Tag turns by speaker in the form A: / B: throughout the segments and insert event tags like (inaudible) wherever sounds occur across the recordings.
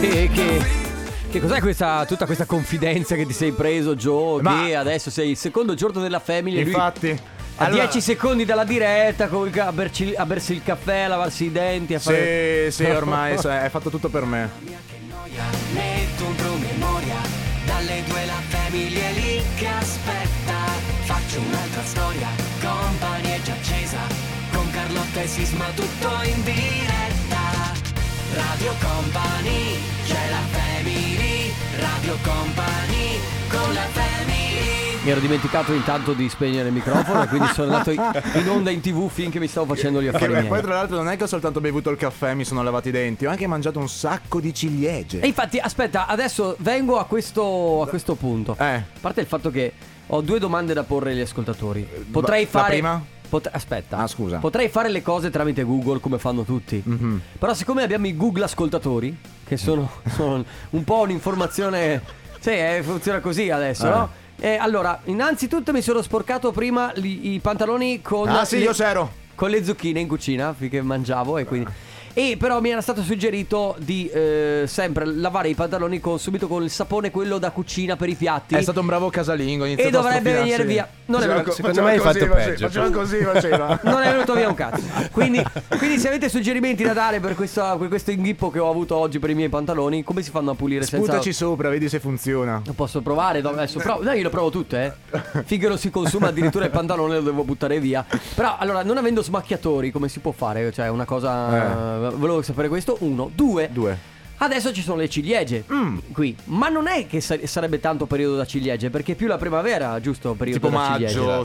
A: Che, che, che cos'è questa, tutta questa confidenza che ti sei preso, Joe?
B: Ma-
A: Che adesso sei il secondo giorno della family. e lui
B: Infatti.
A: A
B: Allora,
A: 10 secondi dalla diretta, col ca- a, berci- a bersi il caffè, a lavarsi i denti, a fare.
B: Eh, Sì, sì, ormai so, è fatto tutto per me.
C: Metto un promemoria, dalle due la famiglia è lì che aspetta. Faccio un'altra storia, compagnia è già accesa, con Carlotta e Sisma tutto in diretta. Radio Company, c'è la family, Radio Company, con la family.
A: Mi ero dimenticato intanto di spegnere il microfono e quindi sono andato
B: (laughs)
A: in in onda in tv finché mi stavo facendo gli
B: Che
A: affari
B: beh, poi
A: miei.
B: tra l'altro non è che ho soltanto bevuto il caffè e mi sono lavato i denti, ho anche mangiato un sacco di ciliegie.
A: E infatti, aspetta, adesso vengo a questo, a questo punto.
B: Eh.
A: A parte il fatto che ho due domande da porre agli ascoltatori. Potrei
B: Eh, la
A: fare.
B: prima?
A: Pot- aspetta.
B: Ah, scusa. Mhm.
A: Potrei fare le cose tramite Google come fanno tutti. Però, siccome abbiamo i Google ascoltatori, che
B: (laughs)
A: sono, sono un po' un'informazione. sì, eh, funziona così adesso,
B: Eh.
A: no? Eh, allora, innanzitutto mi sono sporcato prima li- i pantaloni con.
B: Ah sì,
A: le-
B: io c'ero.
A: con le zucchine in cucina finché mangiavo e quindi e però mi era stato suggerito di eh, sempre lavare i pantaloni con, subito con il sapone quello da cucina per i piatti
B: È stato un bravo casalingo. ha iniziato
A: e
B: a
A: dovrebbe
B: strofinarsi.
A: venire via non è
B: Faceva
A: vero
B: co-
D: Secondo
B: faceva
D: me hai
B: così,
D: fatto
B: face-
D: peggio.
B: Faceva così, faceva.
A: (laughs) non è venuto via un cazzo. Quindi, quindi se avete suggerimenti da dare per, questa- per questo inghippo che ho avuto oggi per i miei pantaloni, come si fanno a pulire senza.
B: Sputaci sopra, vedi se funziona.
A: Lo posso provare do- adesso, provo- no, io lo provo tutte, eh. Finché non si consuma addirittura il pantalone lo devo buttare via. Però allora, non avendo smacchiatori, come si può fare? Cioè, una cosa. Volevo sapere questo. Uno, due.
B: Eh. Due. Mm.
A: Adesso ci sono le ciliegie qui, ma non è che sa- sarebbe tanto periodo da ciliegie, perché è più la primavera, giusto? Periodo
B: Tipo
A: da
B: maggio,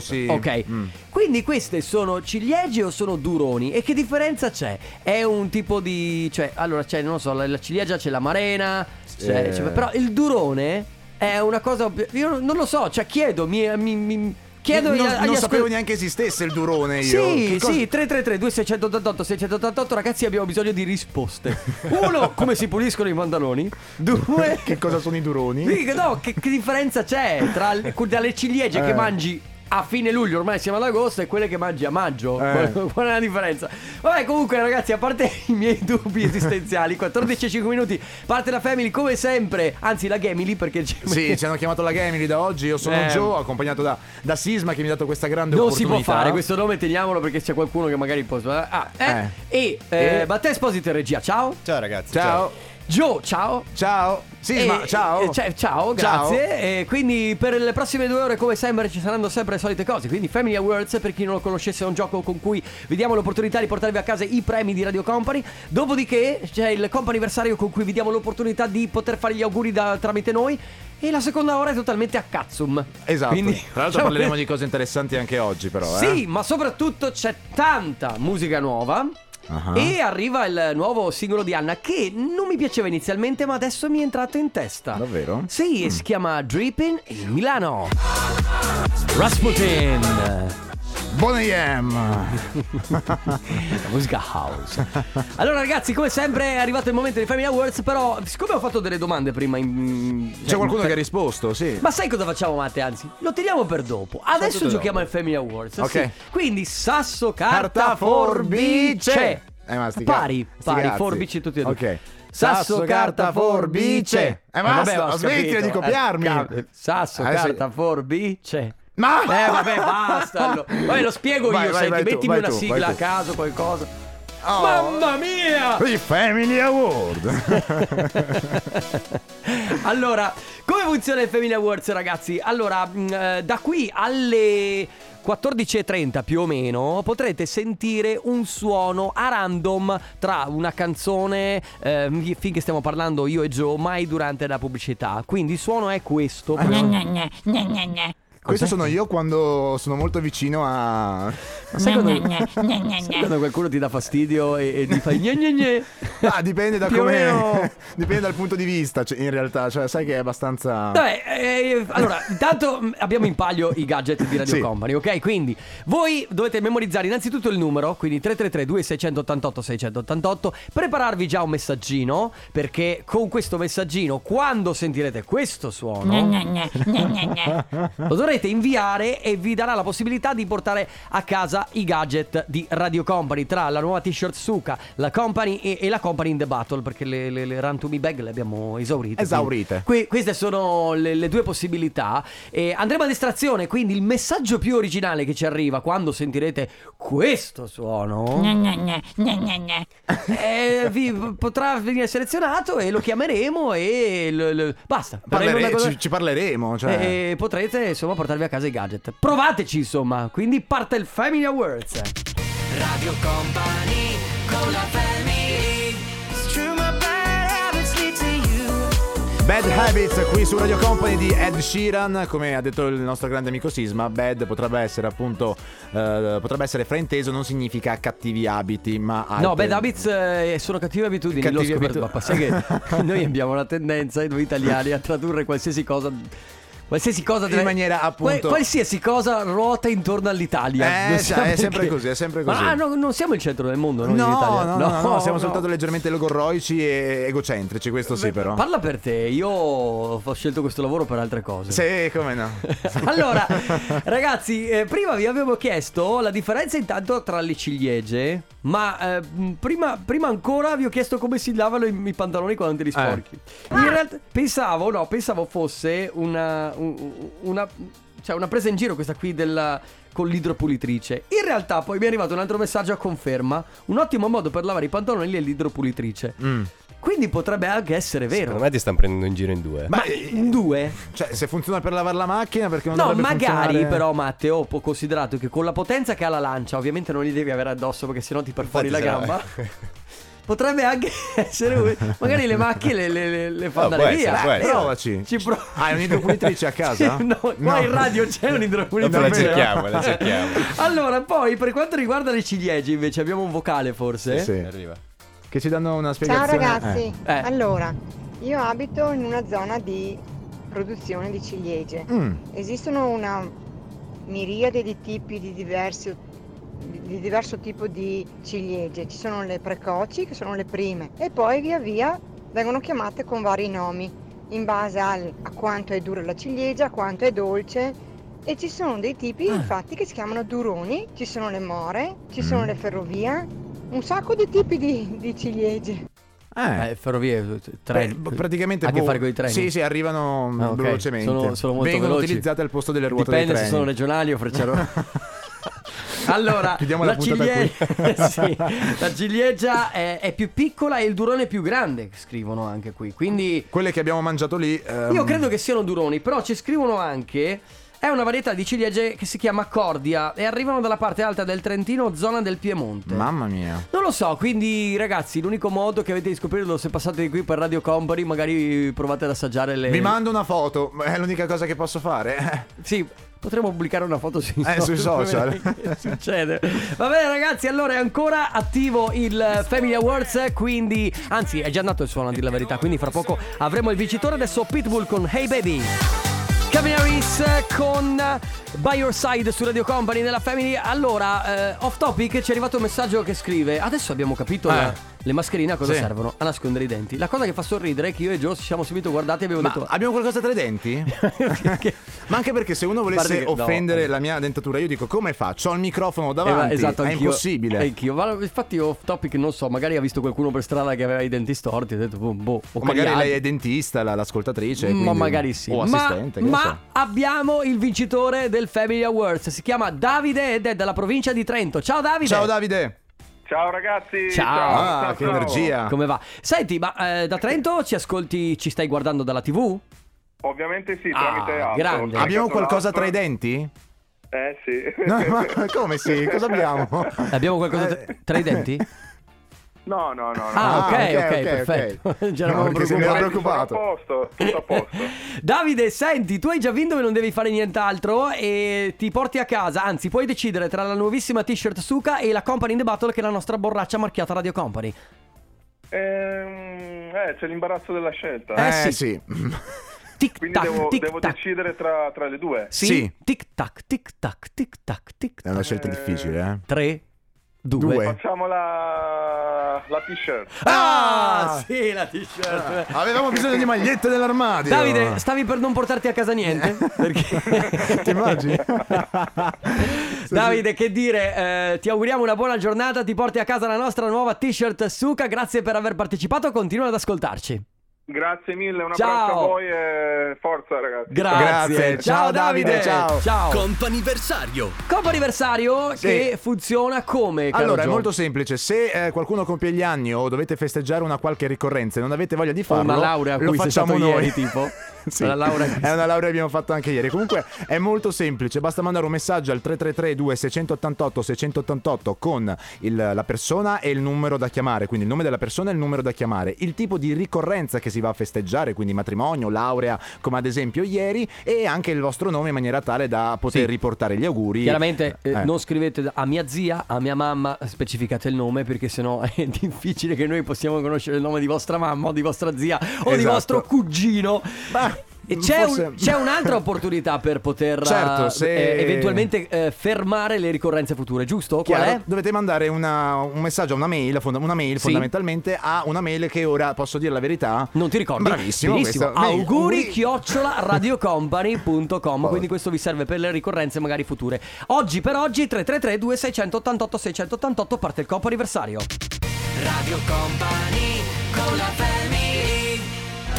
A: ciliegie.
B: sì.
A: Ok.
B: Mm.
A: Quindi queste sono ciliegie o sono duroni? E che differenza c'è? È un tipo di. cioè, allora c'è, non lo so, la, la ciliegia c'è la marena, c'è-
B: Eh.
A: c'è- però il durone è una cosa. Io non lo so, cioè chiedo, mi. mi- mi- chiedo
B: non,
A: agli- agli
B: non
A: ascol-
B: sapevo neanche esistesse il durone io.
A: sì,
B: Che cosa-
A: sì, 333 2688 688 ragazzi abbiamo bisogno di
B: (laughs)
A: risposte. Uno, come si puliscono i pantaloni?
B: (laughs)
A: Due,
B: Che cosa sono i duroni?
A: sì, che no, che, che differenza c'è tra le, dalle ciliegie che
B: Eh.
A: mangi a fine luglio, ormai siamo ad agosto, e quelle che mangi a maggio?
B: Eh.
A: Qual, qual è la differenza? Vabbè, comunque, ragazzi, a parte (laughs) i miei dubbi esistenziali, 14-5 minuti, parte la family come sempre, anzi la Gemily perché c'è.
B: Sì, ci hanno chiamato la Gamily da oggi. Io sono
A: Eh.
B: Joe, accompagnato da, da Sisma che mi ha dato questa grande
A: Non si
B: opportunità.
A: può fare, questo nome teniamolo perché c'è qualcuno che magari può. Ah, eh. E, eh,
B: E?
A: Matteo Esposito in regia, ciao.
D: Ciao ragazzi.
B: Ciao,
A: Joe, ciao.
B: ciao. Sisma,
A: E-
B: ciao.
A: e- cioè, ciao, grazie. E quindi per le prossime due ore, come sempre, ci saranno sempre le solite cose. Quindi Family Awards, per chi non lo conoscesse, è un gioco con cui vi diamo l'opportunità di portarvi a casa i premi di Radio Company. Dopodiché c'è il comp'anniversario con cui vi diamo l'opportunità di poter fare gli auguri da- tramite noi. E la seconda ora è totalmente a cazzum.
B: Esatto.
A: Quindi- diciamo
B: Tra
A: (laughs)
B: l'altro parleremo di cose interessanti anche oggi, però.
A: Sì,
B: eh.
A: ma soprattutto c'è tanta musica nuova.
B: Ah.
A: E arriva il nuovo singolo di Anna che non mi piaceva inizialmente, ma adesso mi è entrato in testa.
B: Davvero? Mm.
A: Sì, e si chiama Drippin' in Milano. Rasputin, la
B: Buon AM.
A: musica
B: (laughs)
A: house. Allora, ragazzi, come sempre è arrivato il momento di Family Awards. Però, siccome ho fatto delle domande prima, in...
B: C'è qualcuno che ha risposto, sì.
A: Ma sai cosa facciamo, Matte? Anzi, lo teniamo per dopo. Adesso
D: tutto
A: giochiamo al
D: dopo.
A: Family Awards.
B: Ok.
A: sì. Quindi sasso, carta, forbice.
B: Eh, ma sti ca-
A: pari,
B: sti
A: pari,
B: cazzi.
A: forbici tutti e due.
B: Ok.
A: Sasso, carta, forbice.
B: Eh, basta,
A: vabbè, ho
B: smettila
A: capito.
B: di copiarmi.
A: Eh, cap- sasso,
B: Adesso-
A: carta, forbice.
B: Ma-
A: Eh, vabbè, basta. allora. Vabbè, lo spiego
B: Vai,
A: io.
B: vai,
A: senti,
B: vai tu,
A: mettimi
B: vai
A: una
B: tu, vai
A: sigla
B: tu.
A: a caso, qualcosa.
B: Oh.
A: Mamma mia!
B: I Family (laughs) Award.
A: Allora, come funziona il Family Awards, ragazzi? Allora, mh, eh, da qui alle 14.30 più o meno potrete sentire un suono a random tra una canzone, eh, finché stiamo parlando io e Joe, mai durante la pubblicità. Quindi il suono è questo.
E: Ah,
B: Questo sono io quando sono molto vicino
A: (laughs)
B: a.
A: Sai quando, sai quando qualcuno ti dà fastidio e, e ti fai gne gne gne?
B: Ah, dipende da
A: Più o meno.
B: come. (laughs) dipende dal punto di vista, cioè, in realtà. Cioè, sai che è abbastanza.
A: Vabbè, eh, allora, intanto mh, abbiamo in palio i gadget di Radio
B: Sì.
A: Company, ok? Quindi voi dovete memorizzare innanzitutto il numero, quindi 333-2688-688, prepararvi già un messaggino, perché con questo messaggino, quando sentirete questo suono,
B: Eh?
A: lo dovrete inviare e vi darà la possibilità di portare a casa tra i gadget di Radio Company, tra la nuova t-shirt Suka, la Company e, e la Company in the Battle, perché le, le, le Run to Me Bag le abbiamo esaurite.
B: Esaurite.
A: Qui- queste sono le, le due possibilità. E andremo ad estrazione, quindi il messaggio più originale che ci arriva quando sentirete questo suono eh, vi potrà venire selezionato e lo chiameremo e l- l- basta. Faremo
B: Parlere-
A: una cosa- Eh,
B: ci, ci parleremo. Cioè.
A: e potrete insomma portarvi a casa i gadget. Provateci insomma, quindi parte il Family Awards.
C: Radio Company con la family It's true my bad habits lead to you
B: Bad Habits qui su Radio Company di Ed Sheeran, come ha detto il nostro grande amico Sisma, bad potrebbe essere appunto eh, potrebbe essere frainteso, non significa cattivi abiti, ma
A: No,
B: altre-
A: bad habits eh, sono cattive abitudini.
B: Cattive
A: l'ho scoperto,
B: abitu-
A: papà. Sai
B: (laughs)
A: che noi abbiamo la tendenza, eh, noi italiani, a tradurre qualsiasi cosa. Qualsiasi cosa
B: In maniera, appunto-
A: qualsiasi cosa ruota intorno all'Italia.
B: Eh,
A: Non
B: sì,
A: so
B: è
A: perché.
B: sempre così, è sempre così.
A: Ah, no, non siamo il centro del mondo, noi
B: No,
A: in Italia.
B: no, no, no, siamo
A: no.
B: soltanto leggermente logorroici e egocentrici, questo sì però.
A: Parla per te, io ho scelto questo lavoro per altre cose.
B: Sì, come no.
A: (laughs) allora, ragazzi, eh, prima vi avevo chiesto la differenza intanto tra le ciliegie, ma eh, mh, prima, prima ancora vi ho chiesto come si lavano i, i pantaloni quando te li sporchi. In realtà pensavo, no, pensavo fosse una, un- una- cioè una presa in giro questa qui della- con l'idropulitrice. In realtà poi mi è arrivato un altro messaggio a conferma. Un ottimo modo per lavare i pantaloni è l'idropulitrice.
B: Mm.
A: Quindi potrebbe anche essere vero.
D: Secondo me ti stanno prendendo in giro in due.
A: Ma in due?
B: Cioè, se funziona per lavare la macchina perché non
A: No,
B: dovrebbe
A: magari
B: funzionare-
A: però Matteo può considerato che con la potenza che ha la lancia, ovviamente non li devi avere addosso perché sennò ti perfori la
D: Infatti sarà-
A: gamba. (laughs) Potrebbe anche (laughs) essere un- magari le macchine le, le, le- le fa
D: No,
A: andare
D: Ah, può essere,
A: via.
D: può essere.
A: Però
B: Provaci.
A: Ci pro- (laughs)
B: Hai un'idropulitrice a casa?
A: Sì, no, qua
B: No.
A: in radio c'è
D: Dopo
A: un'idropulitrice.
D: la cerchiamo, la cerchiamo.
A: (laughs) Allora, poi per quanto riguarda le ciliegie, invece abbiamo un vocale forse.
B: Sì.
D: Arriva.
B: Che ci danno una
F: Ciao
B: spiegazione.
F: ragazzi,
A: Eh. Eh.
F: allora io abito in una zona di produzione di ciliegie.
B: Eh. Mm.
F: Esistono una miriade di tipi di diversi di diverso tipo di ciliegie. Ci sono le precoci che sono le prime e poi via via vengono chiamate con vari nomi in base al- a quanto è dura la ciliegia, a quanto è dolce e ci sono dei
A: Ah.
F: tipi infatti che si chiamano duroni, ci sono le more, ci sono
A: Mm.
F: le ferrovie, un sacco di tipi di- di ciliegie.
B: Eh.
A: Eh, (laughs) ferrovie, treni.
B: Beh, praticamente
A: Ha a che
B: boh,
A: fare con i treni?
B: Sì, sì, arrivano mm,
A: Ah, ok.
B: velocemente.
A: Sono, sono molto
B: Vengono
A: veloci.
B: utilizzate al posto delle ruote
A: Dipende
B: dei
A: se
B: treni.
A: sono regionali o
B: (laughs)
A: frecciaroni. Allora,
B: Chiudiamo
A: la,
B: la puntata
A: (laughs)
B: qui.
A: ciliegia, eh, sì, la ciliegia è, è più piccola e il durone è più grande, scrivono anche qui. Quindi
B: (laughs) Quelle che abbiamo mangiato lì. ehm,
A: io credo che siano duroni, però ci scrivono anche... È una varietà di ciliegie che si chiama cordia e arrivano dalla parte alta del Trentino, zona del Piemonte.
B: Mamma mia.
A: Non lo so, quindi ragazzi, l'unico modo che avete di scoprirlo se passate di qui per Radio Company, magari provate ad assaggiare le...
B: Vi mando una foto, è l'unica cosa che posso fare.
A: Sì, potremmo pubblicare una foto sui
B: Eh, sui social.
A: (laughs) per vedere che Succede. Va bene, ragazzi. Allora è ancora attivo il Family Awards. Quindi, anzi, è già andato il suono a dire la verità. Quindi, fra poco avremo il vincitore. Adesso Pitbull con Hey Baby. Calvin Harris con By Your Side su Radio Company nella Family. Allora, eh, off topic ci è arrivato un messaggio che scrive: Adesso abbiamo capito
B: Eh.
A: la- le mascherine a cosa
B: Sì.
A: servono? A nascondere i denti. La cosa che fa sorridere è che io e Joe ci siamo subito guardati e abbiamo
B: Ma
A: detto:
B: abbiamo qualcosa tra i
A: (laughs)
B: denti?
A: Che-
B: Ma anche perché se uno volesse
A: Guarda che- no.
B: offendere la mia dentatura, io dico come faccio? Ho il microfono
A: Eh, ma
B: davanti.
A: esatto,
B: è
A: anch'io-
B: impossibile.
A: Anch'io. Ma infatti, off topic, non so, magari ha visto qualcuno per strada che aveva i denti storti e ha detto, boh, boh
B: O
A: o
B: magari
A: cagliati.
B: lei è dentista, la- l'ascoltatrice.
A: Ma
B: quindi-
A: magari sì.
B: O
A: ma
B: assistente. che ne
A: ma
B: so.
A: abbiamo il vincitore del Family Awards. Si chiama Davide ed è dalla provincia di Trento. Ciao Davide.
B: Ciao Davide.
G: Ciao ragazzi!
A: Ciao.
B: Ah, che energia.
A: Come va? Senti, ma eh, da Trento ci ascolti, ci stai guardando dalla TV?
G: Ovviamente sì,
A: Ah,
G: tramite app.
A: grande.
G: Ho caricato
B: Abbiamo qualcosa
G: l'app.
B: tra i denti?
G: Eh sì.
B: (laughs) No, ma come sì? Cosa abbiamo?
A: (laughs) Abbiamo qualcosa tra-
B: Eh.
A: tra i
B: (laughs)
A: denti?
G: (laughs) No, no, no. no.
A: Ah, ok, ok,
B: ok,
A: perfetto.
B: ok.
A: Ci eravamo
B: No, perché se ne
G: Sono
B: ero
A: preoccupati.
B: preoccupato.
G: Tutto
A: (laughs)
G: a posto, tutto a posto.
A: Davide, senti, tu hai già vinto e non devi fare nient'altro e ti porti a casa, anzi puoi decidere tra la nuovissima t-shirt Suka e la Company in the Battle che è la nostra borraccia marchiata Radio Company.
G: Ehm, eh, c'è l'imbarazzo della scelta.
A: Eh, sì.
B: Eh sì.
A: Tic
G: Quindi
A: tac,
G: devo,
A: tic
G: devo
A: tac.
G: decidere tra, tra le due.
A: Sì.
B: Sì.
A: Tic tac, tic tac, tic tac, tic
B: È
A: tac.
B: una scelta
G: Eh.
B: difficile, eh.
A: 3 2
B: Due.
G: Facciamo la, la t-shirt.
A: Ah, sì, la t-shirt.
B: Avevamo bisogno di magliette dell'armadio. (laughs)
A: Davide, stavi per non portarti a casa niente? Perché
B: Ti immagini?
A: Davide, che dire, eh, ti auguriamo una buona giornata, ti porti a casa la nostra nuova t-shirt Suka, grazie per aver partecipato, continua ad ascoltarci.
G: Grazie mille, un
A: Ciao.
G: abbraccio a voi e forza ragazzi.
A: Grazie.
B: Grazie.
A: Ciao
B: Ciao,
A: Davide,
B: Davide, ciao.
A: Ciao.
H: Comp'anniversario
A: Compo anniversario
B: Sì.
A: che funziona come? caro
B: Allora, è
A: Gio?
B: molto semplice. Se eh, qualcuno compie gli anni o dovete festeggiare una qualche ricorrenza e non avete voglia di farlo,
A: una laurea a
B: lo
A: cui sei
B: facciamo
A: stato
B: noi.
A: ieri,
B: (laughs)
A: tipo.
B: Sì.
A: Una laurea-
B: È una laurea che abbiamo fatto anche ieri. Comunque è molto semplice, basta mandare un messaggio al 333 2688 688 con il- la persona e il numero da chiamare, quindi il nome della persona e il numero da chiamare, il tipo di ricorrenza che si va a festeggiare, quindi matrimonio, laurea, come ad esempio ieri e anche il vostro nome in maniera tale da poter
A: Sì.
B: riportare gli auguri.
A: Chiaramente eh,
B: Eh.
A: non scrivete a mia zia, a mia mamma, specificate il nome perché sennò (laughs) è difficile che noi possiamo conoscere il nome di vostra mamma o di vostra zia o di
B: Esatto.
A: vostro cugino.
B: Beh,
A: E c'è, un-
B: forse-
A: c'è un'altra opportunità per poter eh,
B: Certo, se-
A: eh, eventualmente eh, fermare le ricorrenze future, giusto? Qual
B: Chiaro?
A: è?
B: Dovete mandare una- un messaggio a una mail, fonda- una mail
A: Sì.
B: fondamentalmente a una mail che ora posso dire la verità.
A: Non ti ricordo.
B: Bravissimo.
A: Benissimo.
B: questa mail.
A: Auguri chiocciola radiocompany.com. Quindi questo vi serve per le ricorrenze magari future. Oggi per oggi 333 2688 688 parte il compo anniversario.
C: Radio Company con la family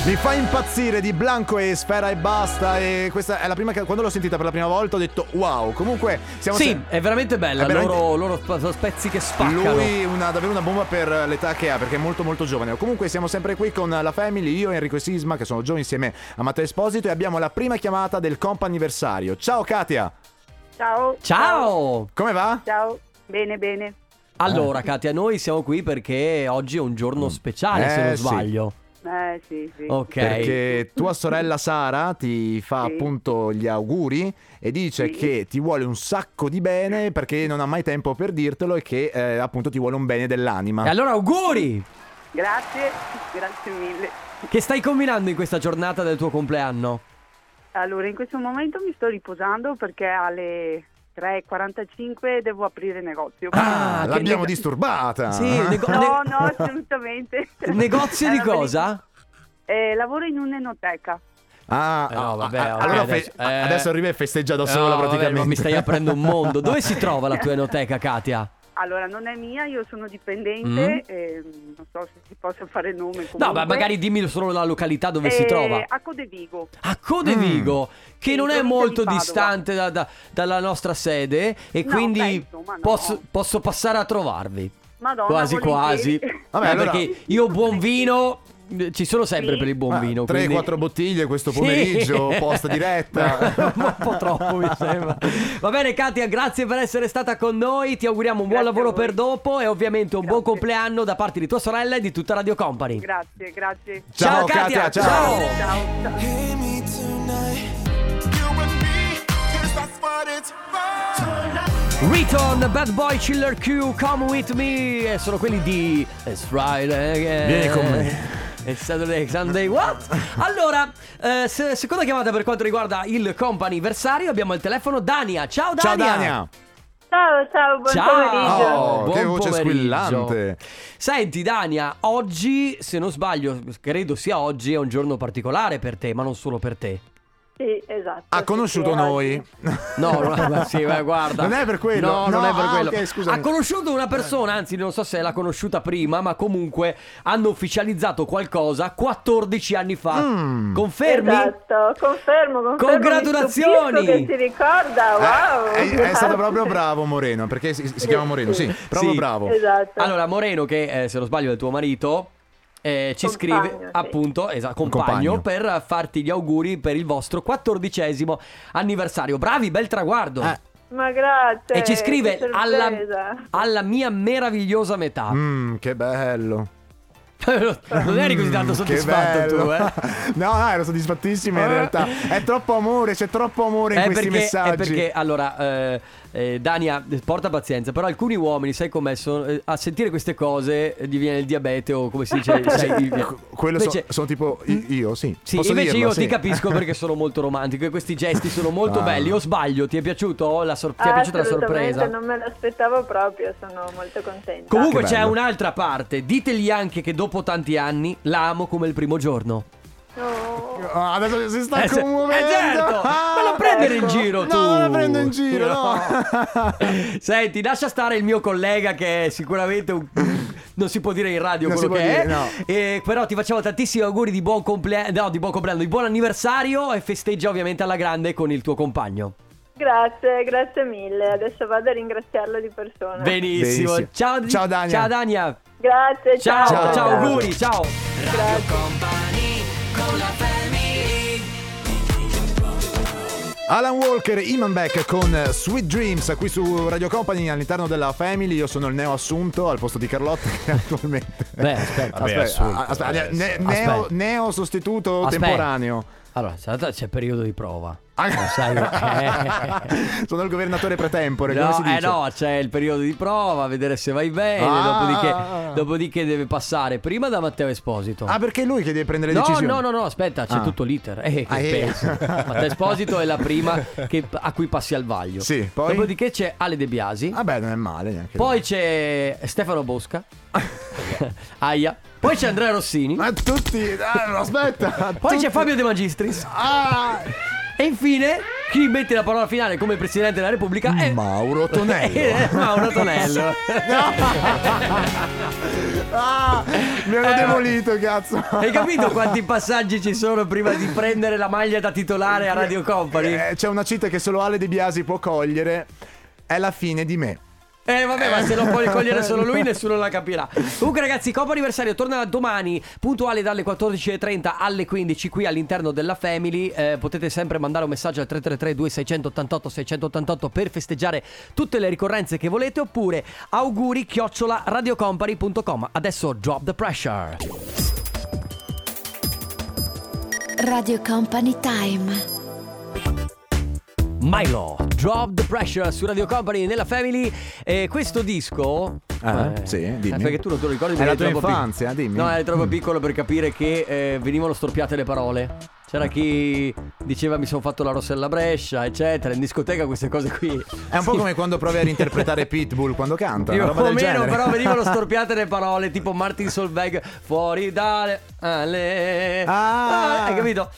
B: Mi fa impazzire di Blanco e Sfera e basta. E questa è la prima che- quando l'ho sentita per la prima volta ho detto wow. Comunque siamo
A: Sì,
B: se-
A: è veramente bella.
B: È veramente-
A: Loro, loro sp- spezzi che spaccano.
B: Lui una, davvero una bomba per l'età che ha perché è molto molto giovane. Comunque siamo sempre qui con la Family, io Enrico e Sisma che sono giovani insieme a Matteo Esposito e abbiamo la prima chiamata del comp anniversario. Ciao Katia,
I: Ciao.
A: Ciao!
B: come va?
I: Ciao. Bene, bene.
A: Allora, Katia, noi siamo qui perché oggi è un giorno speciale, se
B: Eh,
A: non
B: sì.
A: sbaglio.
I: Eh sì, sì.
A: Ok.
B: Perché
A: (laughs)
B: tua sorella Sara ti fa
I: Sì.
B: appunto gli auguri e dice
I: Sì.
B: che ti vuole un sacco di bene perché non ha mai tempo per dirtelo e che eh, appunto ti vuole un bene dell'anima.
A: E allora auguri!
I: Grazie, grazie mille.
A: Che stai combinando in questa giornata del tuo compleanno?
I: Allora, in questo momento mi sto riposando perché alle 3.45 devo aprire negozio.
A: Ah, che
B: l'abbiamo
A: neg-
B: disturbata.
A: Sì, nego-
I: No,
A: ne-
I: no,
A: (laughs)
I: assolutamente.
A: Negozio di
I: Era bellissimo.
A: cosa?
I: Eh, lavoro in un'enoteca.
B: Ah,
A: Eh, no,
B: ah,
A: vabbè,
B: ah,
A: ok,
B: allora fe-
A: adesso-
B: adesso,
A: eh.
B: arriva e festeggia da
A: No,
B: sola
A: vabbè,
B: praticamente.
A: ma mi stai aprendo un mondo.
B: (laughs)
A: Dove si trova la tua enoteca, Katia?
I: Allora, non è mia, io sono
A: Mm.
I: dipendente, ehm, non so se si possa fare il nome.
A: No,
I: comunque.
A: ma magari dimmi solo la località dove si
I: Eh,
A: trova.
I: A Codevigo.
A: A Codevigo, che
I: Sì,
A: non è
I: provincia di
A: molto
I: Padova.
A: distante da- da- dalla nostra sede, e
I: No,
A: quindi
I: penso, ma no.
A: posso, posso passare a trovarvi.
I: Madonna,
A: quasi quasi.
I: volentieri. (laughs)
B: Vabbè,
A: Eh,
B: allora-
A: Perché io buon vino eh, ci sono sempre
I: Sì.
A: per il buon vino.
B: 3-4
A: quindi-
B: bottiglie questo
A: (laughs)
B: pomeriggio,
A: Sì.
B: posta diretta.
A: (laughs) un po' troppo mi sembra. Va bene Katia, grazie per essere stata con noi. Ti auguriamo un buon
I: Grazie
A: lavoro
I: a voi.
A: per dopo e ovviamente un buon
I: Grazie.
A: compleanno da parte di tua sorella e di tutta Radio Company.
I: Grazie, grazie.
B: Ciao, Katia, ciao.
A: ciao.
I: Ciao, ciao.
A: Return, Bad Boy, Chiller Q, Come With Me eh, Sono quelli di It's Friday eh,
B: Vieni con me.
A: (laughs) It's Saturday, Sunday, what?
B: (laughs)
A: Allora, eh, se- seconda chiamata per quanto riguarda il comp'anniversario Abbiamo il telefono Dania, ciao Dania
B: Ciao Dania.
J: Ciao, ciao, buon pomeriggio.
B: Oh,
A: buon
B: che voce
A: pomeriggio.
B: squillante.
A: Senti Dania, oggi, se non sbaglio, credo sia oggi, è un giorno particolare per te, ma non solo per te
J: Sì, esatto.
B: Ha
J: sì,
B: conosciuto
J: sì,
B: noi?
A: No, no,
B: (laughs)
A: ma sì, ma guarda.
B: Non è per quello.
A: No, non
B: No,
A: è per
B: ah,
A: quello.
B: ok, scusami.
A: Ha conosciuto una persona, anzi, non so se l'ha conosciuta prima, ma comunque hanno ufficializzato qualcosa 14 anni fa.
B: Mm.
A: Confermi?
J: Esatto, confermo, confermo.
A: Congratulazioni.
J: mi stupisco che si ricorda, wow.
B: Eh, è, è stato
I: (laughs)
B: proprio
J: Grazie.
B: bravo Moreno, perché si, si chiama Moreno, sì, proprio
A: Sì.
B: bravo.
J: Esatto.
A: Allora, Moreno, che eh, se non sbaglio è tuo marito. eh, ci
J: Compagno,
A: scrive
J: sì.
A: appunto esatto, compagno,
B: Compagno.
A: per farti gli auguri per il vostro 14 anniversario. Bravi, bel traguardo!
B: Eh,
J: Ma grazie.
A: e ci scrive
J: che
A: alla,
J: sorpresa.
A: alla mia meravigliosa metà.
B: Mm, che bello.
A: (laughs) non eri così tanto
B: Mm, che
A: soddisfatto tu,
B: bello.
A: eh?
B: No, no, ero soddisfattissimo in
A: Eh.
B: realtà. È troppo amore, c'è troppo amore (laughs) in
A: Eh,
B: questi
A: perché,
B: messaggi.
A: eh, perché, allora, eh, eh, Dania, eh, porta pazienza, però alcuni uomini, sai com'è, sono- eh, a sentire queste cose eh, gli viene il diabete o come si
B: (laughs)
A: dice, sai, gli viene-
B: Quello so-
A: Invece-
B: sono tipo i- io, sì.
A: Sì,
B: Posso
A: invece
B: dirlo,
A: io
B: sì.
A: ti
B: (laughs)
A: capisco perché sono molto romantico e questi gesti sono molto
B: Ah.
A: belli. O sbaglio, ti è piaciuto? La sor- ti è piaciuta la
J: Assolutamente,
A: sorpresa?
J: non me l'aspettavo proprio, sono molto contenta.
A: Comunque
B: Che
A: c'è
B: bello.
A: un'altra parte. Ditegli anche che dopo tanti anni l'amo come il primo giorno.
J: Oh, Oh.
B: Ah, Adesso si sta
A: Eh, se- eh,
B: commuovendo.
A: certo,
B: Ah,
A: ma non
B: (laughs)
A: prendere in
B: ecco.
A: giro tu.
B: No, non prendo in giro, no.
A: (laughs) Senti, lascia stare il mio collega che è sicuramente
B: (laughs)
A: un- non si può dire in radio
B: Non
A: quello
B: si
A: che
B: può
A: è.
B: dire, no.
A: Eh, però ti facciamo tantissimi auguri di buon compleanno, no, di buon compleanno, di buon anniversario e festeggia ovviamente alla grande con il tuo compagno.
J: Grazie, grazie mille. Adesso vado a ringraziarlo di persona.
A: Benissimo.
B: Benissimo.
A: Ciao,
B: Ciao, Dania.
A: Ciao Dania.
J: Grazie, ciao.
A: Ciao, ciao,
B: Ciao.
A: auguri, ciao.
B: Alan Walker, Iman Beck con Sweet Dreams qui su Radio Company all'interno della Family. Io sono il neo assunto al posto di Carlotta che attualmente.
A: Beh, aspetta.
D: Vabbè, assunto,
B: a- aspetta,
D: adesso.
B: ne- neo,
A: Aspetta.
B: neo sostituto
A: Aspetta.
B: temporaneo.
A: Allora, c'è, c'è periodo di prova.
B: Ah.
A: Non sai perché.
B: (laughs) sono il governatore pretempore, come
A: No,
B: si dice?
A: eh no, c'è il periodo di prova, vedere se vai bene,
B: Ah.
A: dopodiché, dopodiché deve passare prima da Matteo Esposito.
B: Ah, perché è lui che deve prendere le
A: No,
B: decisioni?
A: no, no, no, aspetta, c'è
B: Ah.
A: tutto l'iter. Eh, che
B: Ah, eh.
A: pensi? Matteo Esposito è la prima che- a cui passi al vaglio.
B: Sì, poi? Ah,
A: Dopodiché c'è Ale De Biasi.
B: Vabbè, non è male neanche.
A: Poi
B: lui.
A: c'è Stefano Bosca. (laughs) Aia. Poi c'è Andrea Rossini.
B: Ma tutti. ah, no, aspetta.
A: (laughs) Poi
B: tutti-
A: c'è Fabio De Magistris.
B: Ah! (laughs)
A: E infine, chi mette la parola finale come Presidente della Repubblica è
B: Mauro Tonello.
A: È (laughs) Mauro
B: (laughs)
A: Tonello.
B: Ah, mi hanno
A: Eh,
B: demolito, cazzo.
A: Hai capito quanti passaggi ci sono prima di prendere la maglia da titolare a Radio Company?
B: Eh, c'è una cita che solo Ale De Biasi può cogliere. È la fine di me.
A: Eh vabbè, ma se lo può cogliere solo lui, nessuno la capirà. Comunque, ragazzi, Coppa Anniversario torna domani, puntuale dalle 14.30 alle 15 qui all'interno della Family. Eh, potete sempre mandare un messaggio al 333-2688-688 per festeggiare tutte le ricorrenze che volete oppure auguri chiocciola radiocompany.com. Adesso drop the pressure.
H: Radio Company Time.
A: Milo, drop the pressure su Radio Company nella Family. Eh, questo disco.
B: Ah, sì, dimmi.
A: eh, perché tu non te lo ricordi?
B: È la
A: perché
B: tua
A: eri troppo pic-
B: infanzia, dimmi.
A: No, eri troppo
B: Mm.
A: piccolo per capire che eh, venivano storpiate le parole. C'era chi diceva mi sono fatto la Rossella Brescia, eccetera. In discoteca queste cose qui.
B: È un po' come
A: (laughs)
B: quando provi a reinterpretare Pitbull quando canta. Una
A: Più
B: roba
A: o
B: del
A: meno,
B: genere.
A: però
B: (laughs)
A: venivano storpiate le parole, tipo Martin Solveig fuori dalle. ah, le-
B: Ah.
A: ah, hai capito?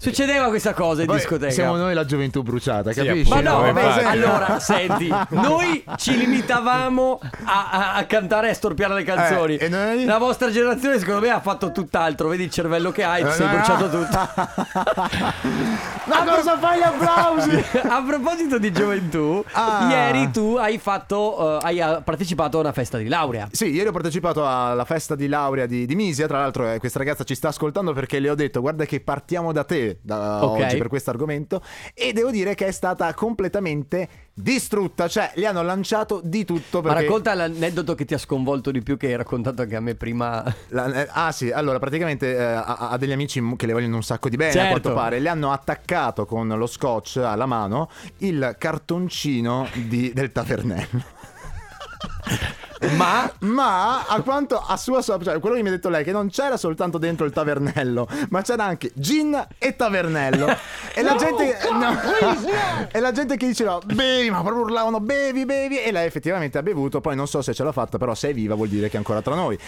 A: Succedeva questa cosa in
B: Poi
A: discoteca.
B: Siamo noi la gioventù bruciata,
D: Sì,
B: capisci?
A: Ma
D: Sì,
A: no,
D: no,
A: vabbè,
D: infatti.
B: (laughs)
A: allora, senti, noi ci limitavamo a, a- a cantare e a storpiare le canzoni.
B: Eh, e noi?
A: La vostra generazione, secondo me, ha fatto tutt'altro. Vedi il cervello che hai, ti
B: Eh,
A: sei
B: no.
A: bruciato tutto.
B: (laughs) Ma cosa fai gli
A: (laughs)
B: applausi?
A: a proposito di gioventù,
B: Ah.
A: ieri tu hai fatto, eh, hai eh, partecipato a una festa di laurea.
B: Sì, ieri ho partecipato alla festa di laurea di, di Misia. Tra l'altro, eh, questa ragazza ci sta ascoltando perché le ho detto: Guarda, che partiamo da te da
A: Ok.
B: oggi per questo argomento. E devo dire che è stata completamente distrutta. Cioè, le hanno lanciato di tutto.
A: Ma
B: Perché...
A: racconta l'aneddoto che ti ha sconvolto di più che hai raccontato anche a me prima.
B: La- eh, ah sì, allora praticamente eh, ha, ha degli amici che le vogliono un sacco di bene a
A: Certo.
B: quanto pare, le hanno attaccato con lo scotch alla mano il cartoncino di- del tavernello.
A: Ma
B: Ma a quanto a sua sor- cioè, quello che mi ha detto lei che non c'era soltanto dentro il tavernello, ma c'era anche gin e tavernello. E la gente no. (laughs) E la gente che diceva "Bevi", ma proprio urlavano "Bevi, bevi" e lei effettivamente ha bevuto, poi non so se ce l'ha fatta, però se è viva vuol dire che è ancora tra noi.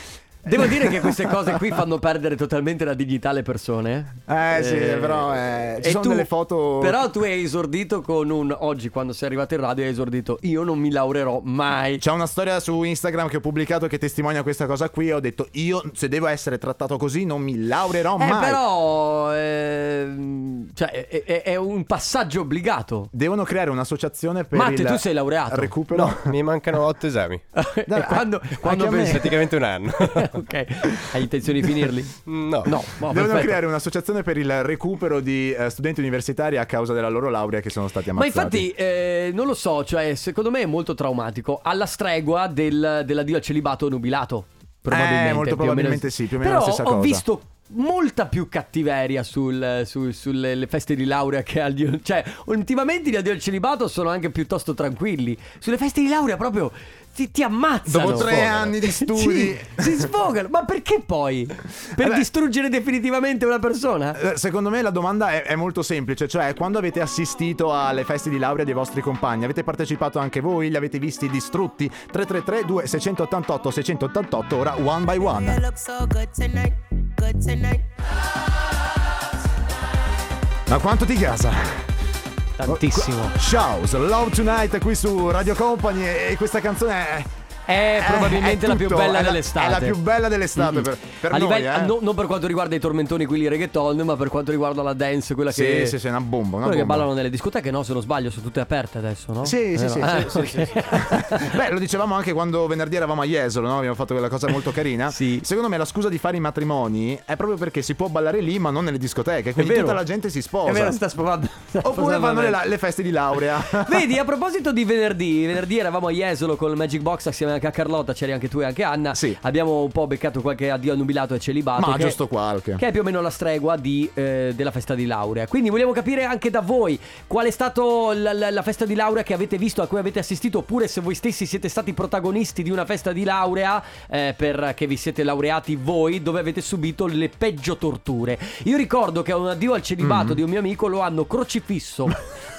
A: devo dire che queste cose qui fanno perdere totalmente la dignità alle persone.
B: Eh sì, però, eh, ci
A: e
B: sono delle foto-
A: Però tu hai esordito con un oggi quando sei arrivato in radio hai esordito io non mi laureerò mai.
B: C'è una storia su Instagram che ho pubblicato che testimonia questa cosa qui. Ho detto io, se devo essere trattato così, non mi laureerò
A: eh,
B: mai.
A: però ehm, cioè, è, è- è un passaggio obbligato. (laughs)
B: Devono creare un'associazione per
A: Matte,
B: il
A: tu sei laureato?
B: Recupero.
A: (laughs)
D: Mi mancano otto esami.
A: E
B: Dai,
A: quando quando
B: anche a me.
A: pensi-
B: (laughs)
D: Praticamente un anno.
A: (laughs) ok. Hai intenzione di finirli?
D: No.
A: No, no,
B: Devono
A: perfetto.
B: creare un'associazione per il recupero di eh, studenti universitari a causa della loro laurea che sono stati
A: Ma
B: ammazzati.
A: infatti, eh, non lo so, cioè, secondo me è molto traumatico. Alla stregua del, dell'addio al celibato nubilato. Probabilmente.
B: Eh, molto
A: più o meno.
B: probabilmente sì, più o meno
A: Però
B: la stessa
A: ho
B: cosa.
A: visto molta più cattiveria sul- su- sulle le feste di laurea che al Cioè, ultimamente gli addio al celibato sono anche piuttosto tranquilli. Sulle feste di laurea proprio ti, ti ammazzano.
B: Dopo tre
A: Sfogano.
B: anni di studi.
A: (laughs) Sì, si sfogano. Ma perché poi? Per
B: Vabbè.
A: distruggere definitivamente una persona?
B: Eh, Secondo me la domanda è, è molto semplice, cioè quando avete assistito alle feste di laurea dei vostri compagni, avete partecipato anche voi, li avete visti distrutti? 333 2688 688 ora one by one. Ma quanto ti gasa?
A: Tantissimo.
B: Ciao, Love Tonight qui su Radio Company e questa canzone è...
A: È Eh, probabilmente
B: Eh, è
A: la più
B: tutto,
A: bella
B: è la-
A: dell'estate.
B: è la più bella dell'estate
A: Mm-mm.
B: per- per
A: A
B: noi, eh.
A: no- non per quanto riguarda i tormentoni, quelli reggaeton, ma per quanto riguarda la dance, quella
B: Sì,
A: che.
B: sì, sì, una bomba, una
A: quella che
B: bomba.
A: ballano nelle discoteche, no? Se non sbaglio, sono tutte aperte adesso, no?
B: Sì, sì,
A: Eh, no?
B: sì, sì,
A: Ah,
B: sì,
A: (laughs)
B: sì,
A: ok.
B: sì. (laughs) Beh, lo dicevamo anche quando venerdì eravamo a Jesolo, no? abbiamo fatto quella cosa molto carina.
A: (laughs) Sì.
B: Secondo me la scusa di fare i matrimoni è proprio perché si può ballare lì, ma non nelle discoteche. Quindi
A: vero.
B: tutta la gente si sposa.
A: È vero, si sta sposando. sta
B: Oppure
A: sposando
B: vanno le,
A: veramente.
B: le feste di
A: (laughs)
B: laurea.
A: Vedi, a proposito di venerdì, venerdì eravamo a Jesolo con il Magic Box assieme anche a Carlotta, c'eri anche tu e anche Anna.
B: Sì.
A: Abbiamo un po' beccato qualche addio annubilato e celibato.
B: ma
A: che-
B: giusto qualche.
A: Ah, Che è più o meno la stregua di, eh, della festa di laurea. Quindi vogliamo capire anche da voi qual è stata la, la- la festa di laurea che avete visto, a cui avete assistito, oppure se voi stessi siete stati protagonisti di una festa di laurea eh, perché vi siete laureati voi, dove avete subito le peggio torture. Io ricordo che a un addio al
B: Mm.
A: celibato di un mio amico lo hanno
B: (laughs)
A: crocifisso.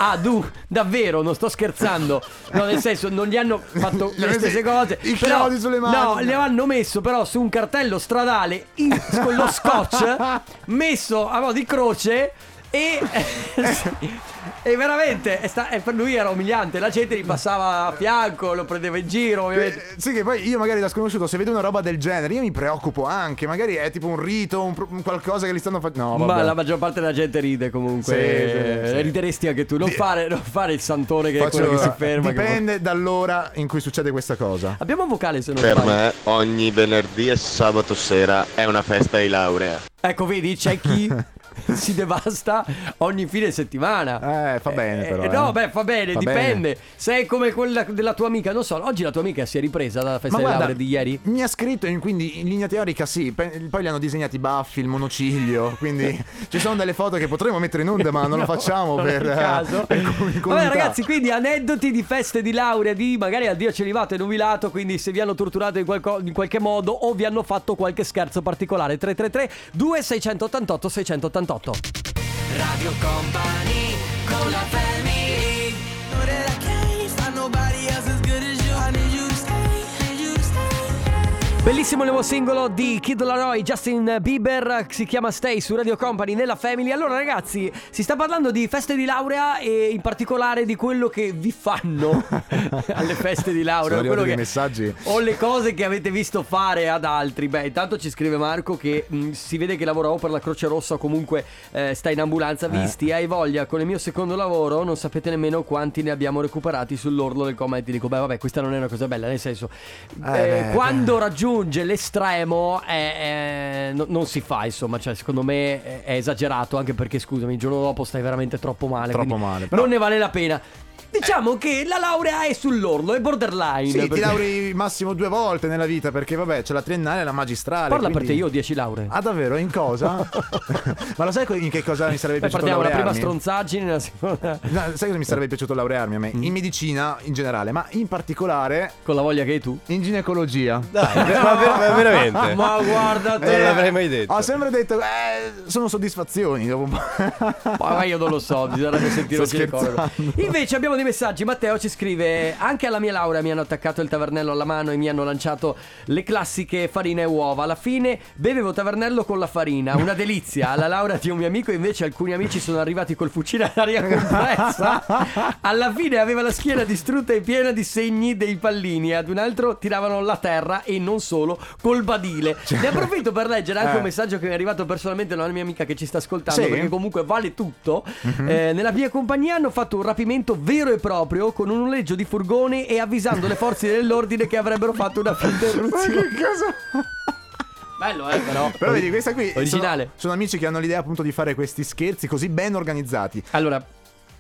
A: ad un davvero, non sto scherzando. No, nel senso, non gli hanno fatto
B: Gli
A: le
B: hanno
A: stesse
B: detto,
A: cose.
B: "I
A: però-
B: chiodi sulle mani".
A: No, le hanno messo però su un cartello stradale in- con lo
B: (laughs)
A: scotch messo a modo di croce e, e veramente è sta- e per lui era umiliante la gente gli passava a fianco lo prendeva in giro ovviamente.
B: Eh, Sì, che poi io magari da sconosciuto, se vedo una roba del genere, io mi preoccupo anche. Magari è tipo un rito, un, pro- un qualcosa che li stanno facendo. No,
A: ma
B: vabbè.
A: la maggior parte della gente ride comunque Eh,
B: Sì, sì, sì.
A: rideresti anche tu non fare, non fare il santone che
B: Faccio-
A: è quello che si ferma che-
B: Dipende dall'ora in cui succede questa cosa.
A: abbiamo un vocale se non
K: Per
A: sbaglio
K: me ogni venerdì e sabato sera è una festa di laurea.
A: ecco vedi c'è
B: (laughs)
A: chi si devasta ogni fine settimana
B: Eh, fa bene,
A: Eh,
B: però.
A: eh,
B: eh.
A: No, beh, fa bene,
B: Fa
A: dipende.
B: bene.
A: Se è come quella della tua amica, non so, oggi la tua amica si è ripresa dalla festa di laurea di ieri?
B: Mi ha scritto, in- quindi in linea teorica sì, pe- poi gli hanno disegnati i baffi, il monociglio,
A: (laughs)
B: quindi ci sono delle foto che potremmo mettere in onda ma non lo
A: No,
B: facciamo
A: non è
B: per...
A: il
B: eh,
A: caso.
B: per com-
A: Vabbè
B: comodità.
A: ragazzi, quindi aneddoti di feste di laurea, di magari addio celibato e nubilato, quindi se vi hanno torturato in, qualco- in qualche modo o vi hanno fatto qualche scherzo particolare. 333 2688 688.
C: Radio Company con la family. Know that I can't find nobody else as good as you. I need you to stay, need you to stay.
A: Bellissimo il nuovo singolo di Kid Laroi, Justin Bieber, si chiama Stay su Radio Company nella Family. Allora ragazzi, si sta parlando di feste di laurea e in particolare di quello che vi
B: (laughs)
A: fanno alle feste di laurea.
B: Sono arrivati
A: quello
B: dei
A: che-
B: messaggi.
A: O le cose che avete visto fare ad altri. Beh, intanto ci scrive Marco che mh, si vede che lavora o per la Croce Rossa o comunque eh, sta in ambulanza. Visti, hai voglia, con il mio secondo lavoro non sapete nemmeno quanti ne abbiamo recuperati sull'orlo del coma. E ti dico, beh vabbè, questa non è una cosa bella, nel senso... eh,
B: beh,
A: quando quando raggiunge l'estremo eh, eh, no- non si fa insomma cioè secondo me è, è esagerato anche perché scusami il giorno dopo stai veramente troppo male
B: Troppo
A: quindi
B: male, però- Eh.
A: non ne vale la pena diciamo che la laurea è sull'orlo è borderline
B: Sì,
A: perché-
B: ti lauri massimo due volte nella vita perché vabbè c'è la triennale e la magistrale.
A: parla
B: quindi-
A: perché io ho 10 lauree
B: Ah davvero? In
A: (laughs)
B: cosa? (laughs) ma lo sai in che cosa mi sarebbe
A: Beh,
B: piaciuto
A: partiamo la prima Eh.
B: laurearmi?
A: stronzaggine la seconda
B: No, sai cosa mi sarebbe piaciuto laurearmi a me?
A: Mm.
B: In medicina in generale, ma in particolare
A: con la voglia che hai tu
B: in ginecologia.
D: Dai, ver- ma ver- ma veramente.
A: (laughs) ma guarda te
D: non l'avrei mai detto.
B: Eh, Ho sempre detto, eh, sono soddisfazioni dopo un po'.
A: Ma
B: (laughs)
A: ma io non lo so, bisognerebbe sentire un
B: Sto
A: ginecologo. Invece abbiamo dei messaggi. Matteo ci scrive: Anche alla mia laurea mi hanno attaccato il tavernello alla mano e mi hanno lanciato le classiche farina e uova. Alla fine bevevo tavernello con la farina, una delizia. Alla laurea di un mio amico, invece, alcuni amici sono arrivati col fucile ad aria compressa. Alla fine aveva la schiena distrutta e piena di segni dei pallini. Ad un altro tiravano la terra e non solo col badile. Ne approfitto per leggere anche
B: Cioè, Eh.
A: un messaggio che mi è arrivato personalmente da una mia amica che ci sta ascoltando.
B: Sì?
A: Perché comunque vale tutto.
B: Mhm.
A: Eh, nella mia compagnia hanno fatto un rapimento vero e proprio con un noleggio di furgone e avvisando le forze dell'ordine che avrebbero fatto
B: (laughs)
A: una finta irruzione. Bello, eh, però.
B: Però vedi, questa qui
A: Originale.
B: Sono, sono amici che hanno l'idea appunto di fare questi scherzi così ben organizzati.
A: Allora,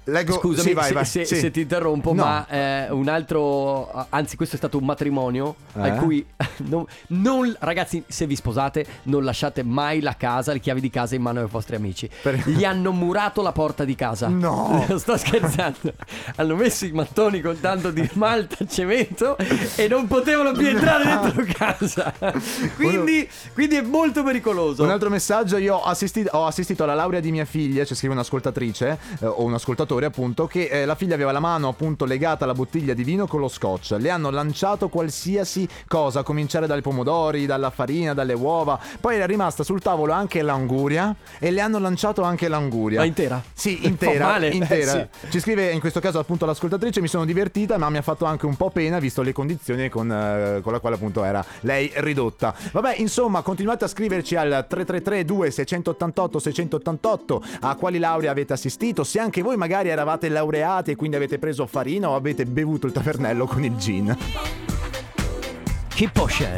B: Leggo
A: Scusami
B: sì, vai,
A: se,
B: vai,
A: se-
B: sì.
A: se ti interrompo,
B: No.
A: ma eh, un altro. Anzi, questo è stato un matrimonio
B: Eh?
A: al cui. (laughs) Non, non- ragazzi, se vi sposate, non lasciate mai la casa, le chiavi di casa in mano ai vostri amici.
B: Per-
A: Gli hanno murato la porta di casa.
B: No.
A: (laughs) Sto scherzando. hanno messo i mattoni con tanto di malta e cemento e non potevano più entrare dentro casa. quindi, quindi è molto pericoloso.
B: Un altro messaggio, io ho assisti- ho assistito, alla laurea di mia figlia, ci scrive un'ascoltatrice eh, o un ascoltatore appunto che eh, la figlia aveva la mano appunto legata alla bottiglia di vino con lo scotch. Le hanno lanciato qualsiasi cosa, a cominciare dai pomodori, dalla farina, dalle uova. Poi è rimasta sul tavolo anche l'anguria e le hanno lanciato anche l'anguria.
A: Ma intera?
B: Sì,
A: (laughs) Fa
B: intera.
A: male.
B: intera.
A: Eh,
B: Ci scrive in questo caso appunto l'ascoltatrice mi sono divertita ma mi ha fatto anche un po' pena visto le condizioni con, eh, con la quale appunto era lei ridotta. Vabbè insomma continuate a scriverci al 333 2688 688 a quali lauree avete assistito, se anche voi magari eravate laureati e quindi avete preso farina o avete bevuto il tavernello con il gin.
A: Keep pushing.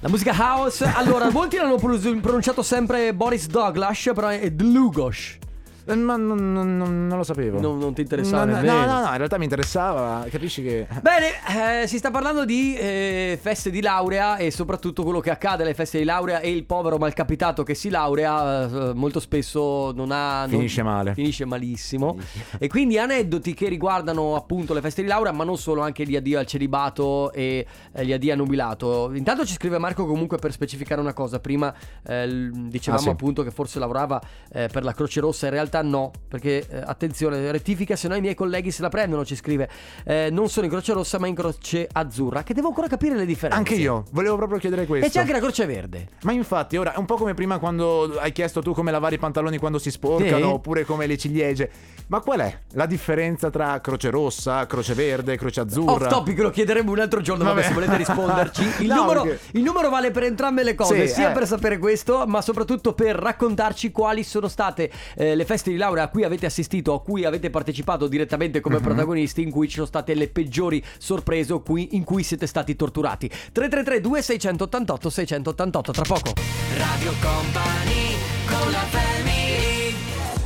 A: La musica house. Allora, (laughs) molti l'hanno pro- pronunciato sempre Boris Douglas, però è Dlugosh.
B: Eh, Ma non, non- non- non lo sapevo.
A: Non, non ti interessava
B: No, no,
A: nemmeno.
B: no, no, no, in realtà mi interessava, capisci che...
A: Bene, eh, si sta parlando di eh, feste di laurea e soprattutto quello che accade alle feste di laurea e il povero malcapitato che si laurea eh, molto spesso non ha... non-
B: Finisce male.
A: Finisce malissimo. E quindi aneddoti che riguardano appunto le feste di laurea, ma non solo, anche gli addio al celibato e eh, gli addio a nubilato. Intanto ci scrive Marco comunque per specificare una cosa. Prima eh, l- dicevamo
B: Ah, sì.
A: appunto che forse lavorava eh, per la Croce Rossa, in realtà no, perché eh, attenzione, rettifica, se no i miei colleghi se la prendono, ci scrive. Eh, non sono in Croce Rossa ma in Croce Azzurra, che devo ancora capire le differenze.
B: Anche io, volevo proprio chiedere questo.
A: E c'è anche la Croce Verde.
B: Ma infatti, ora è un po' come prima quando hai chiesto tu come lavare i pantaloni quando si sporcano,
A: Sì.
B: oppure come le ciliegie. Ma qual è la differenza tra croce rossa, croce verde, croce azzurra?
A: Off topic lo chiederemo un altro giorno, vabbè,
B: Vabbè.
A: se volete
B: (laughs)
A: risponderci. Il,
B: No,
A: numero,
B: perché-
A: il numero vale per entrambe le cose,
B: Sì,
A: sia
B: eh.
A: per sapere questo, ma soprattutto per raccontarci quali sono state eh, le feste di laurea a cui avete assistito, a cui avete partecipato direttamente come
B: Mhm.
A: protagonisti, in cui ci sono state le peggiori sorprese o cui- in cui siete stati torturati. 333 2688 688 tra poco.
C: Radio Company con la family.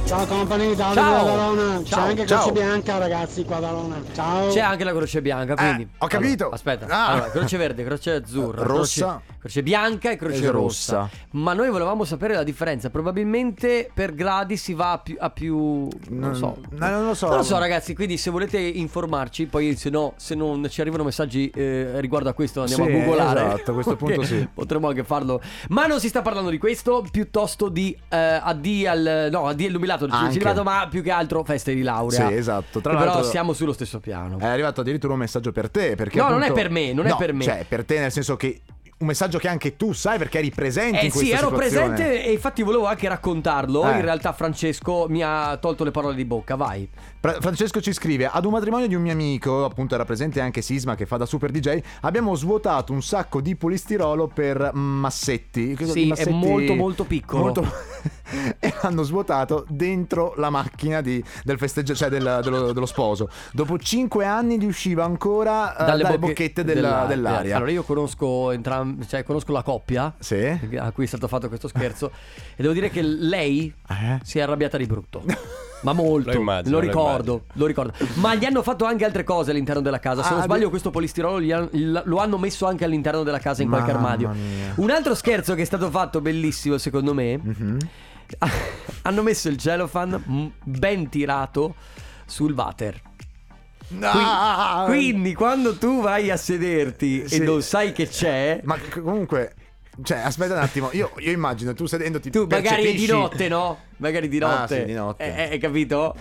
L: Ciao compagni, Davide
A: Ciao.
L: da Verona. C'è
A: Ciao,
L: anche
A: ciao.
L: Croce Bianca, ragazzi, qua da Verona. Ciao.
A: C'è anche la Croce Bianca, quindi.
B: Eh, ho capito.
A: Allora, aspetta.
B: Ah.
A: Allora, Croce Verde, Croce Azzurra,
B: Rossa.
A: Croce, croce Bianca e Croce
B: E
A: rossa.
B: rossa.
A: Ma noi volevamo sapere la differenza. Probabilmente per gradi si va a più. a più- non
B: Non-
A: so.
B: no, non lo so.
A: Non lo so, ragazzi. Quindi, se volete informarci, poi se no, se non ci arrivano messaggi eh, riguardo a questo, andiamo
B: Sì,
A: a googolare.
B: esatto,
A: (laughs)
B: a questo
A: Perché
B: punto sì.
A: Potremmo anche farlo. Ma non si sta parlando di questo, piuttosto di eh, addio al. No, addio al nubilato,
B: Anche.
A: celibato, ma più che altro feste di laurea.
B: Sì, esatto. Tra
A: Che però
B: l'altro- Eh,
A: siamo sullo stesso piano.
B: È arrivato addirittura un messaggio per te. Perché
A: No,
B: appunto-
A: non è per me, non è
B: No,
A: per me.
B: Cioè, per te, nel senso che un messaggio che anche tu sai perché eri presente
A: Eh
B: in
A: sì,
B: questa
A: ero
B: situazione.
A: presente e infatti volevo anche raccontarlo.
B: Eh.
A: In realtà Francesco mi ha tolto le parole di bocca, vai.
B: Fra- Francesco ci scrive: Ad un matrimonio di un mio amico, appunto era presente anche Sisma che fa da super DJ, abbiamo svuotato un sacco di polistirolo per massetti. Cosa-
A: Sì, è
B: massetti- eh,
A: molto,
B: (laughs)
A: molto piccolo.
B: e l'hanno svuotato dentro la macchina di- del festeggio, cioè del- dello, dello sposo. Dopo 5 anni riusciva ancora eh, dalle,
A: bocche-
B: bocchette della-
A: della-
B: dell'aria.
A: Allora io conosco entrambi, cioè conosco la coppia
B: Sì.
A: a cui è stato fatto questo scherzo e devo dire che lei
B: Eh?
A: si è arrabbiata di
B: (laughs)
A: brutto. Ma molto,
D: Lo immagino,
A: lo
D: lo
A: ricordo, lo ricordo. Ma gli hanno fatto anche altre cose all'interno della casa. Se
B: Ah,
A: non sbaglio,
B: addi-
A: questo polistirolo gli han- l- lo hanno messo anche all'interno della casa in qualche
B: Mamma
A: armadio.
B: mia.
A: Un altro scherzo che è stato fatto, bellissimo secondo me,
B: Mhm.
A: (laughs) hanno messo il cellophane mm, ben tirato sul water. Qui-
B: Ah!
A: quindi quando tu vai a sederti
B: Sì.
A: e non sai che c'è,
B: Ma c- comunque. Cioè, aspetta un attimo, io, io immagino tu sedendoti
A: tu magari è di
B: percepisci-
A: notte, no? Magari di
B: Ah,
A: notte.
B: sì, di notte.
A: Eh, eh, hai capito?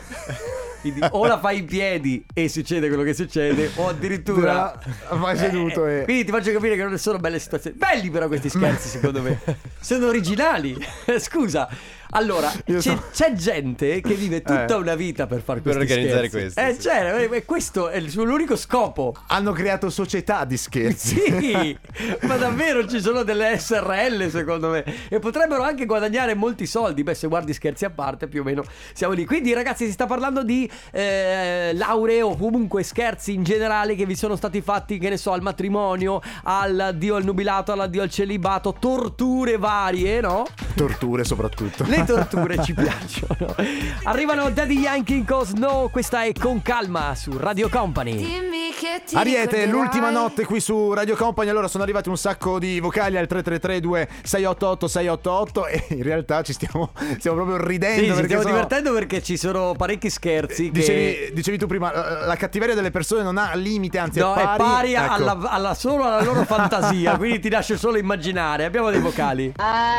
A: Quindi o la fai in piedi e succede quello che succede, o addirittura Eh,
B: Dura- vai seduto e-
A: Quindi ti faccio capire che non sono belle situazioni. Belli però questi scherzi, secondo me. Sono
B: (laughs)
A: originali. Scusa. Allora,
B: Io
A: c'è,
B: so-
A: c'è gente che vive tutta
B: Eh.
A: una vita per far questi
D: organizzare
A: scherzi.
D: questo,
A: Eh,
D: sì.
A: cioè, eh, questo è il suo l'unico scopo.
B: Hanno creato società di scherzi.
A: (laughs) Sì, ma davvero ci sono delle SRL secondo me e potrebbero anche guadagnare molti soldi. Beh, se guardi scherzi a parte più o meno siamo lì. Quindi ragazzi si sta parlando di eh, lauree o comunque scherzi in generale che vi sono stati fatti, che ne so, al matrimonio, all'addio al nubilato, all'addio al celibato, torture varie, no?
B: (laughs) Torture soprattutto.
A: Le torture ci piacciono. Arrivano Daddy Yankee in Cosno, questa è Con Calma su Radio Company.
H: Dimmi che ti
B: Ariete,
H: ricorderai.
B: l'ultima notte qui su Radio Company. Allora sono arrivati un sacco di vocali al 3332 688 688 e in realtà ci stiamo, stiamo proprio ridendo.
A: Sì, ci
B: perché
A: stiamo
B: sono-
A: divertendo perché ci sono parecchi scherzi.
B: Dicevi,
A: che...
B: dicevi tu prima, la la cattiveria delle persone non ha limite, anzi
A: No,
B: è
A: è
B: pari,
A: pari
B: ecco.
A: alla, alla- solo alla loro fantasia, quindi ti lascio solo immaginare. Abbiamo dei vocali.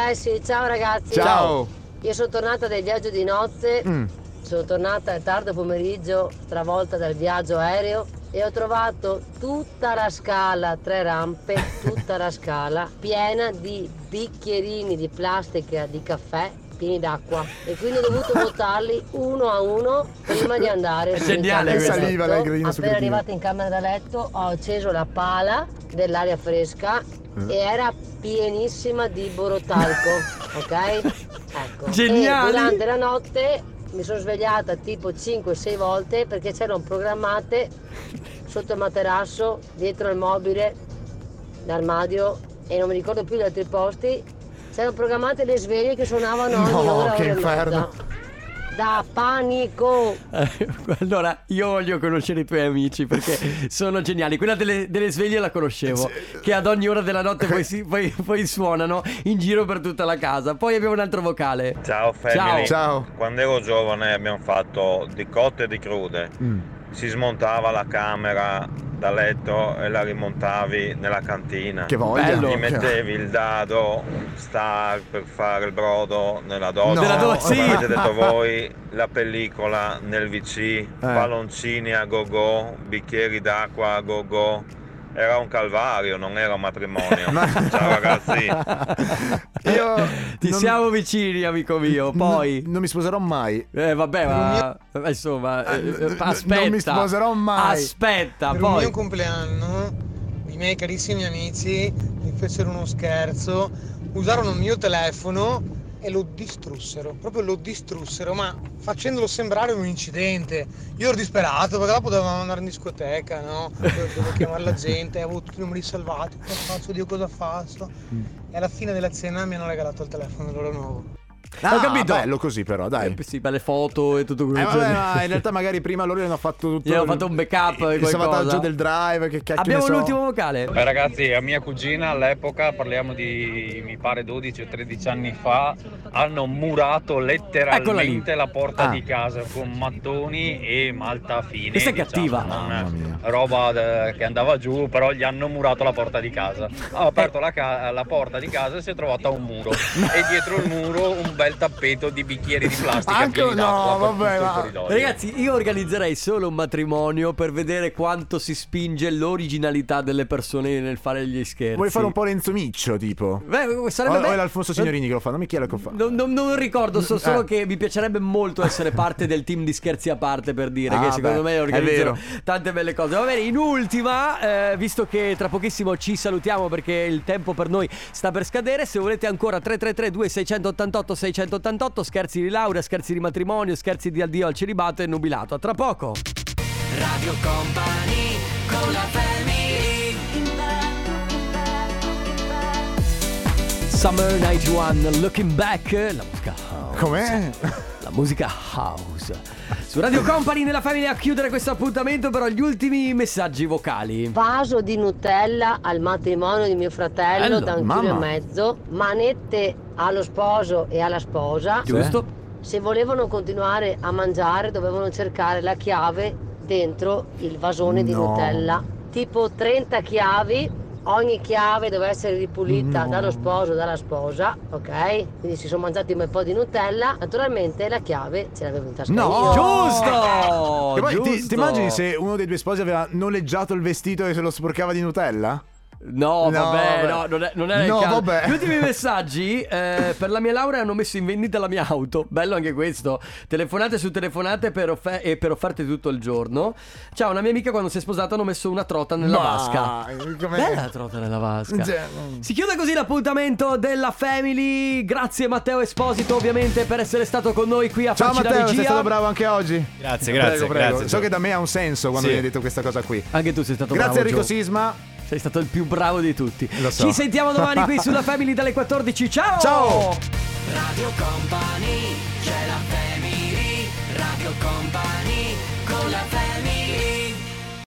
E: Eh sì, ciao ragazzi.
B: Ciao.
E: Io sono tornata dal viaggio di nozze.
B: Mm.
E: Sono tornata a tardo pomeriggio, travolta dal viaggio aereo e ho trovato tutta la scala, tre rampe, tutta la scala piena di bicchierini di plastica di caffè pieni d'acqua e quindi ho dovuto buttarli uno a uno prima di andare
A: È
E: sul
A: geniale
E: campo da
A: questa. Saliva
E: letto.
A: l'angredino
E: appena
A: sucredino.
E: arrivata in camera da letto ho acceso la pala dell'aria fresca
A: Mm.
E: e era pienissima di borotalco ok? Ecco.
A: Geniali.
E: E durante la notte mi sono svegliata tipo 5-6 volte perché c'erano programmate sotto il materasso, dietro il mobile, l'armadio e non mi ricordo più gli altri posti. C'erano programmate le sveglie che suonavano ogni
A: Oh, No,
E: ora,
A: che
E: ora e
A: inferno.
E: mezza. Da panico!
A: Eh, Allora, io voglio conoscere i tuoi amici perché sono geniali. Quella delle, delle sveglie la conoscevo, che ad ogni ora della notte poi, (laughs) si- poi- poi suonano in giro per tutta la casa. Poi abbiamo un altro vocale.
M: Ciao
A: Ciao.
M: family.
A: Ciao.
M: Quando ero giovane abbiamo fatto di cotte e di crude.
B: Mm.
M: Si smontava la camera da letto e la rimontavi nella cantina.
B: Che voglia. Bello.
M: Gli mettevi il dado star per fare il brodo nella
B: No.
M: doccia.
B: Nella doccia, sì.
M: Come avete detto voi, la pellicola nel VC, palloncini a go-go, bicchieri d'acqua a go-go. Era un calvario, non era un
A: (laughs)
M: matrimonio. Eh, Ciao ragazzi.
A: Ti siamo vicini, amico mio. Poi.
B: non mi sposerò mai.
A: Eh, vabbè, ma. ma Insomma, eh, eh,
B: non mi
A: aspetta.
B: sposerò mai.
A: Aspetta,
N: per il
A: poi.
N: mio compleanno i miei carissimi amici mi fecero uno scherzo, usarono il mio telefono e lo distrussero, proprio lo distrussero, ma facendolo sembrare un incidente. Io ero disperato perché dopo dovevamo andare in discoteca, no? Dovevo chiamare la gente, avevo tutti i numeri salvati, cosa faccio, Dio cosa faccio. E alla fine della cena mi hanno regalato il telefono loro nuovo.
B: Ah,
A: Ho capito.
B: bello così però, dai.
A: Eh, sì, belle foto e tutto quello
B: Eh,
A: che
B: vabbè,
A: c'è.
B: ma in realtà magari prima loro gli hanno fatto tutto
A: Gli hanno fatto un backup,
B: il
A: qualcosa.
B: salvataggio del drive che cacchio
A: Abbiamo
B: ne so.
A: l'ultimo vocale.
O: Beh, ragazzi, a mia cugina all'epoca, parliamo di mi pare 12 o 13 anni fa, hanno murato
A: Eccola lì.
O: letteralmente la porta
A: Ah.
O: di casa con mattoni e malta fine.
A: Questa è
O: diciamo,
A: cattiva.
B: Ah,
O: non
D: Ah,
O: roba eh, che andava giù, però gli hanno murato la porta di casa. Ho aperto la, ca- la porta di casa e si è trovata un muro. e dietro il muro un bel tappeto di bicchieri di plastica.
B: Anche-
O: pieni d'acqua
B: no,
O: per
B: vabbè,
O: tutto il
B: ma-
O: corridoio.
A: Ragazzi, io organizzerei solo un matrimonio per vedere quanto si spinge l'originalità delle persone nel fare gli scherzi.
B: Vuoi fare un po' Lenzo Miccio, tipo?
A: Beh, sarebbe
B: o,
A: bello-
B: o è l'Alfonso Signorini che lo fa, non mi chiedo che lo fa.
A: Non, non- non ricordo, so
B: Eh.
A: solo che mi piacerebbe molto essere parte del team di scherzi a parte per dire
B: Ah,
A: che secondo
B: beh,
A: me
B: è
A: organizzano
B: vero.
A: tante belle cose. Va bene, in ultima, eh, visto che tra pochissimo ci salutiamo perché il tempo per noi sta per scadere, se volete ancora 333 2688 688 scherzi di laurea, scherzi di matrimonio, scherzi di addio al celibato e nubilato. A tra poco.
C: Radio Company con la family
A: Summer 91 Looking Back, la musica house.
B: Com'è?
A: La musica house. Su Radio Company nella famiglia a chiudere questo appuntamento, però gli ultimi messaggi vocali.
E: Vaso di Nutella al matrimonio di mio fratello
A: Bello,
E: da un
A: mamma.
E: chilo e mezzo, manette allo sposo e alla sposa.
A: Giusto?
E: Se volevano continuare a mangiare dovevano cercare la chiave dentro il vasone di
P: No.
E: Nutella. Tipo 30 chiavi, ogni chiave doveva essere ripulita
P: No.
E: dallo sposo e dalla sposa, ok? Quindi si sono mangiati un bel po' di Nutella. Naturalmente la chiave ce l'avevo in tasca io.
A: Giusto!
B: E poi ti,
A: giusto.
B: ti immagini se uno dei due sposi aveva noleggiato il vestito e se lo sporcava di Nutella?
A: No, vabbè,
B: vabbè.
A: no, non è, non è
B: No,
A: il caso.
B: vabbè.
A: Gli ultimi messaggi eh, per la mia laurea hanno messo in vendita la mia auto. Bello anche questo. Telefonate su telefonate per offe- e per offerte tutto il giorno. Ciao, una mia amica quando si è sposata hanno messo una trota nella
B: Ma,
A: vasca.
B: com'è?
A: Bella la trota nella vasca.
B: Cioè,
A: Si chiude così l'appuntamento della Family. Grazie Matteo Esposito ovviamente per essere stato con noi qui a
B: Ciao
A: farci la
B: Matteo,
A: regia.
B: sei stato bravo anche oggi.
D: Grazie, grazie,
B: Prego, prego.
D: grazie.
B: So che da me ha un senso quando
D: Sì.
B: viene detto questa cosa qui.
A: Anche tu sei stato
B: Grazie
A: bravo.
B: Enrico
A: Gio.
B: Sisma.
A: Sei stato il più bravo di tutti.
B: Lo so.
A: Ci
B: (laughs)
A: sentiamo domani qui sulla Family dalle 14. Ciao!
B: Ciao!
C: Radio Company